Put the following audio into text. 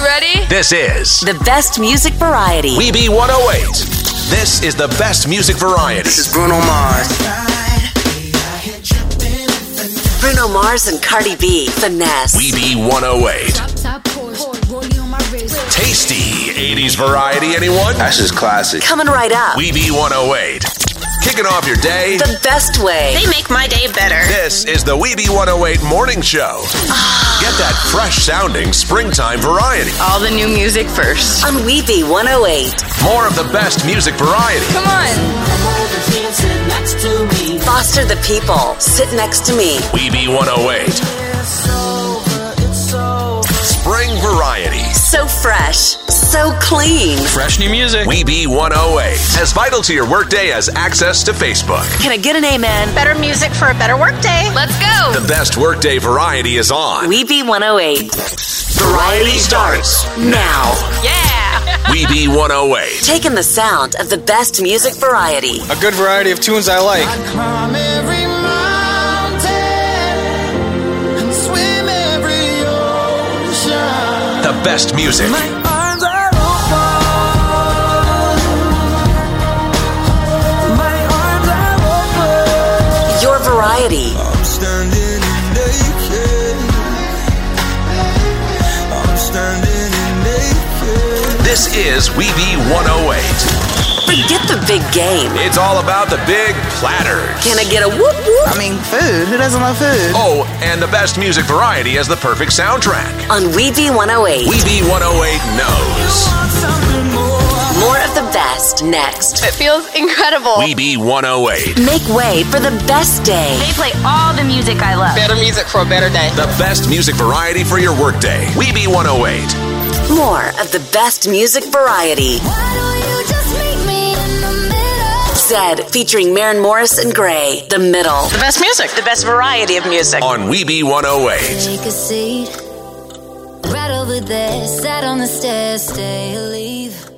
ready? This is The best music variety. We Be 108. This is the best music variety. This is Bruno Mars. Bruno Mars and Cardi B. Finesse. We Be 108. Top Porsche, rollie on my wrist. Tasty 80s variety, anyone? That's just classic. Coming right up. We Be 108. Kicking off your day. the best way. They make my day better. This is the Weeby 108 Morning Show. Get that fresh sounding springtime variety. All the new music first. On Weeby 108. More of the best music variety. Come on. Foster the people. Sit next to me. Weeby 108. Spring variety. So fresh. So clean. Fresh new music. Weeby 108. As oh vital to your workday as access to Facebook. Can I get an amen? Better music for a better workday. Let's Oh. go. The best workday variety is on. Weeby 108. Variety starts. Now. Yeah. Weeby 108. Taking the sound of the best music variety. A good variety of tunes I like. The best music. Your variety. This is Weeby 108. Forget the big game. It's all about the big platters. Can I get a whoop whoop? I mean, food. Who doesn't love food? Oh, and the best music variety has the perfect soundtrack. On Weeby 108. Weeby 108 knows. More of the best next. It feels Oh. incredible. Weeby 108. Make way for the best day. They play all the music I love. Better music for a better day. The best music variety for your workday. Weeby 108. More of the best music variety. Zed featuring Maren Morris and Gray. The middle. The best music. The best variety of music. on Weeby 108. Take a seat. Right over there, sat on the stairs, stay or leave.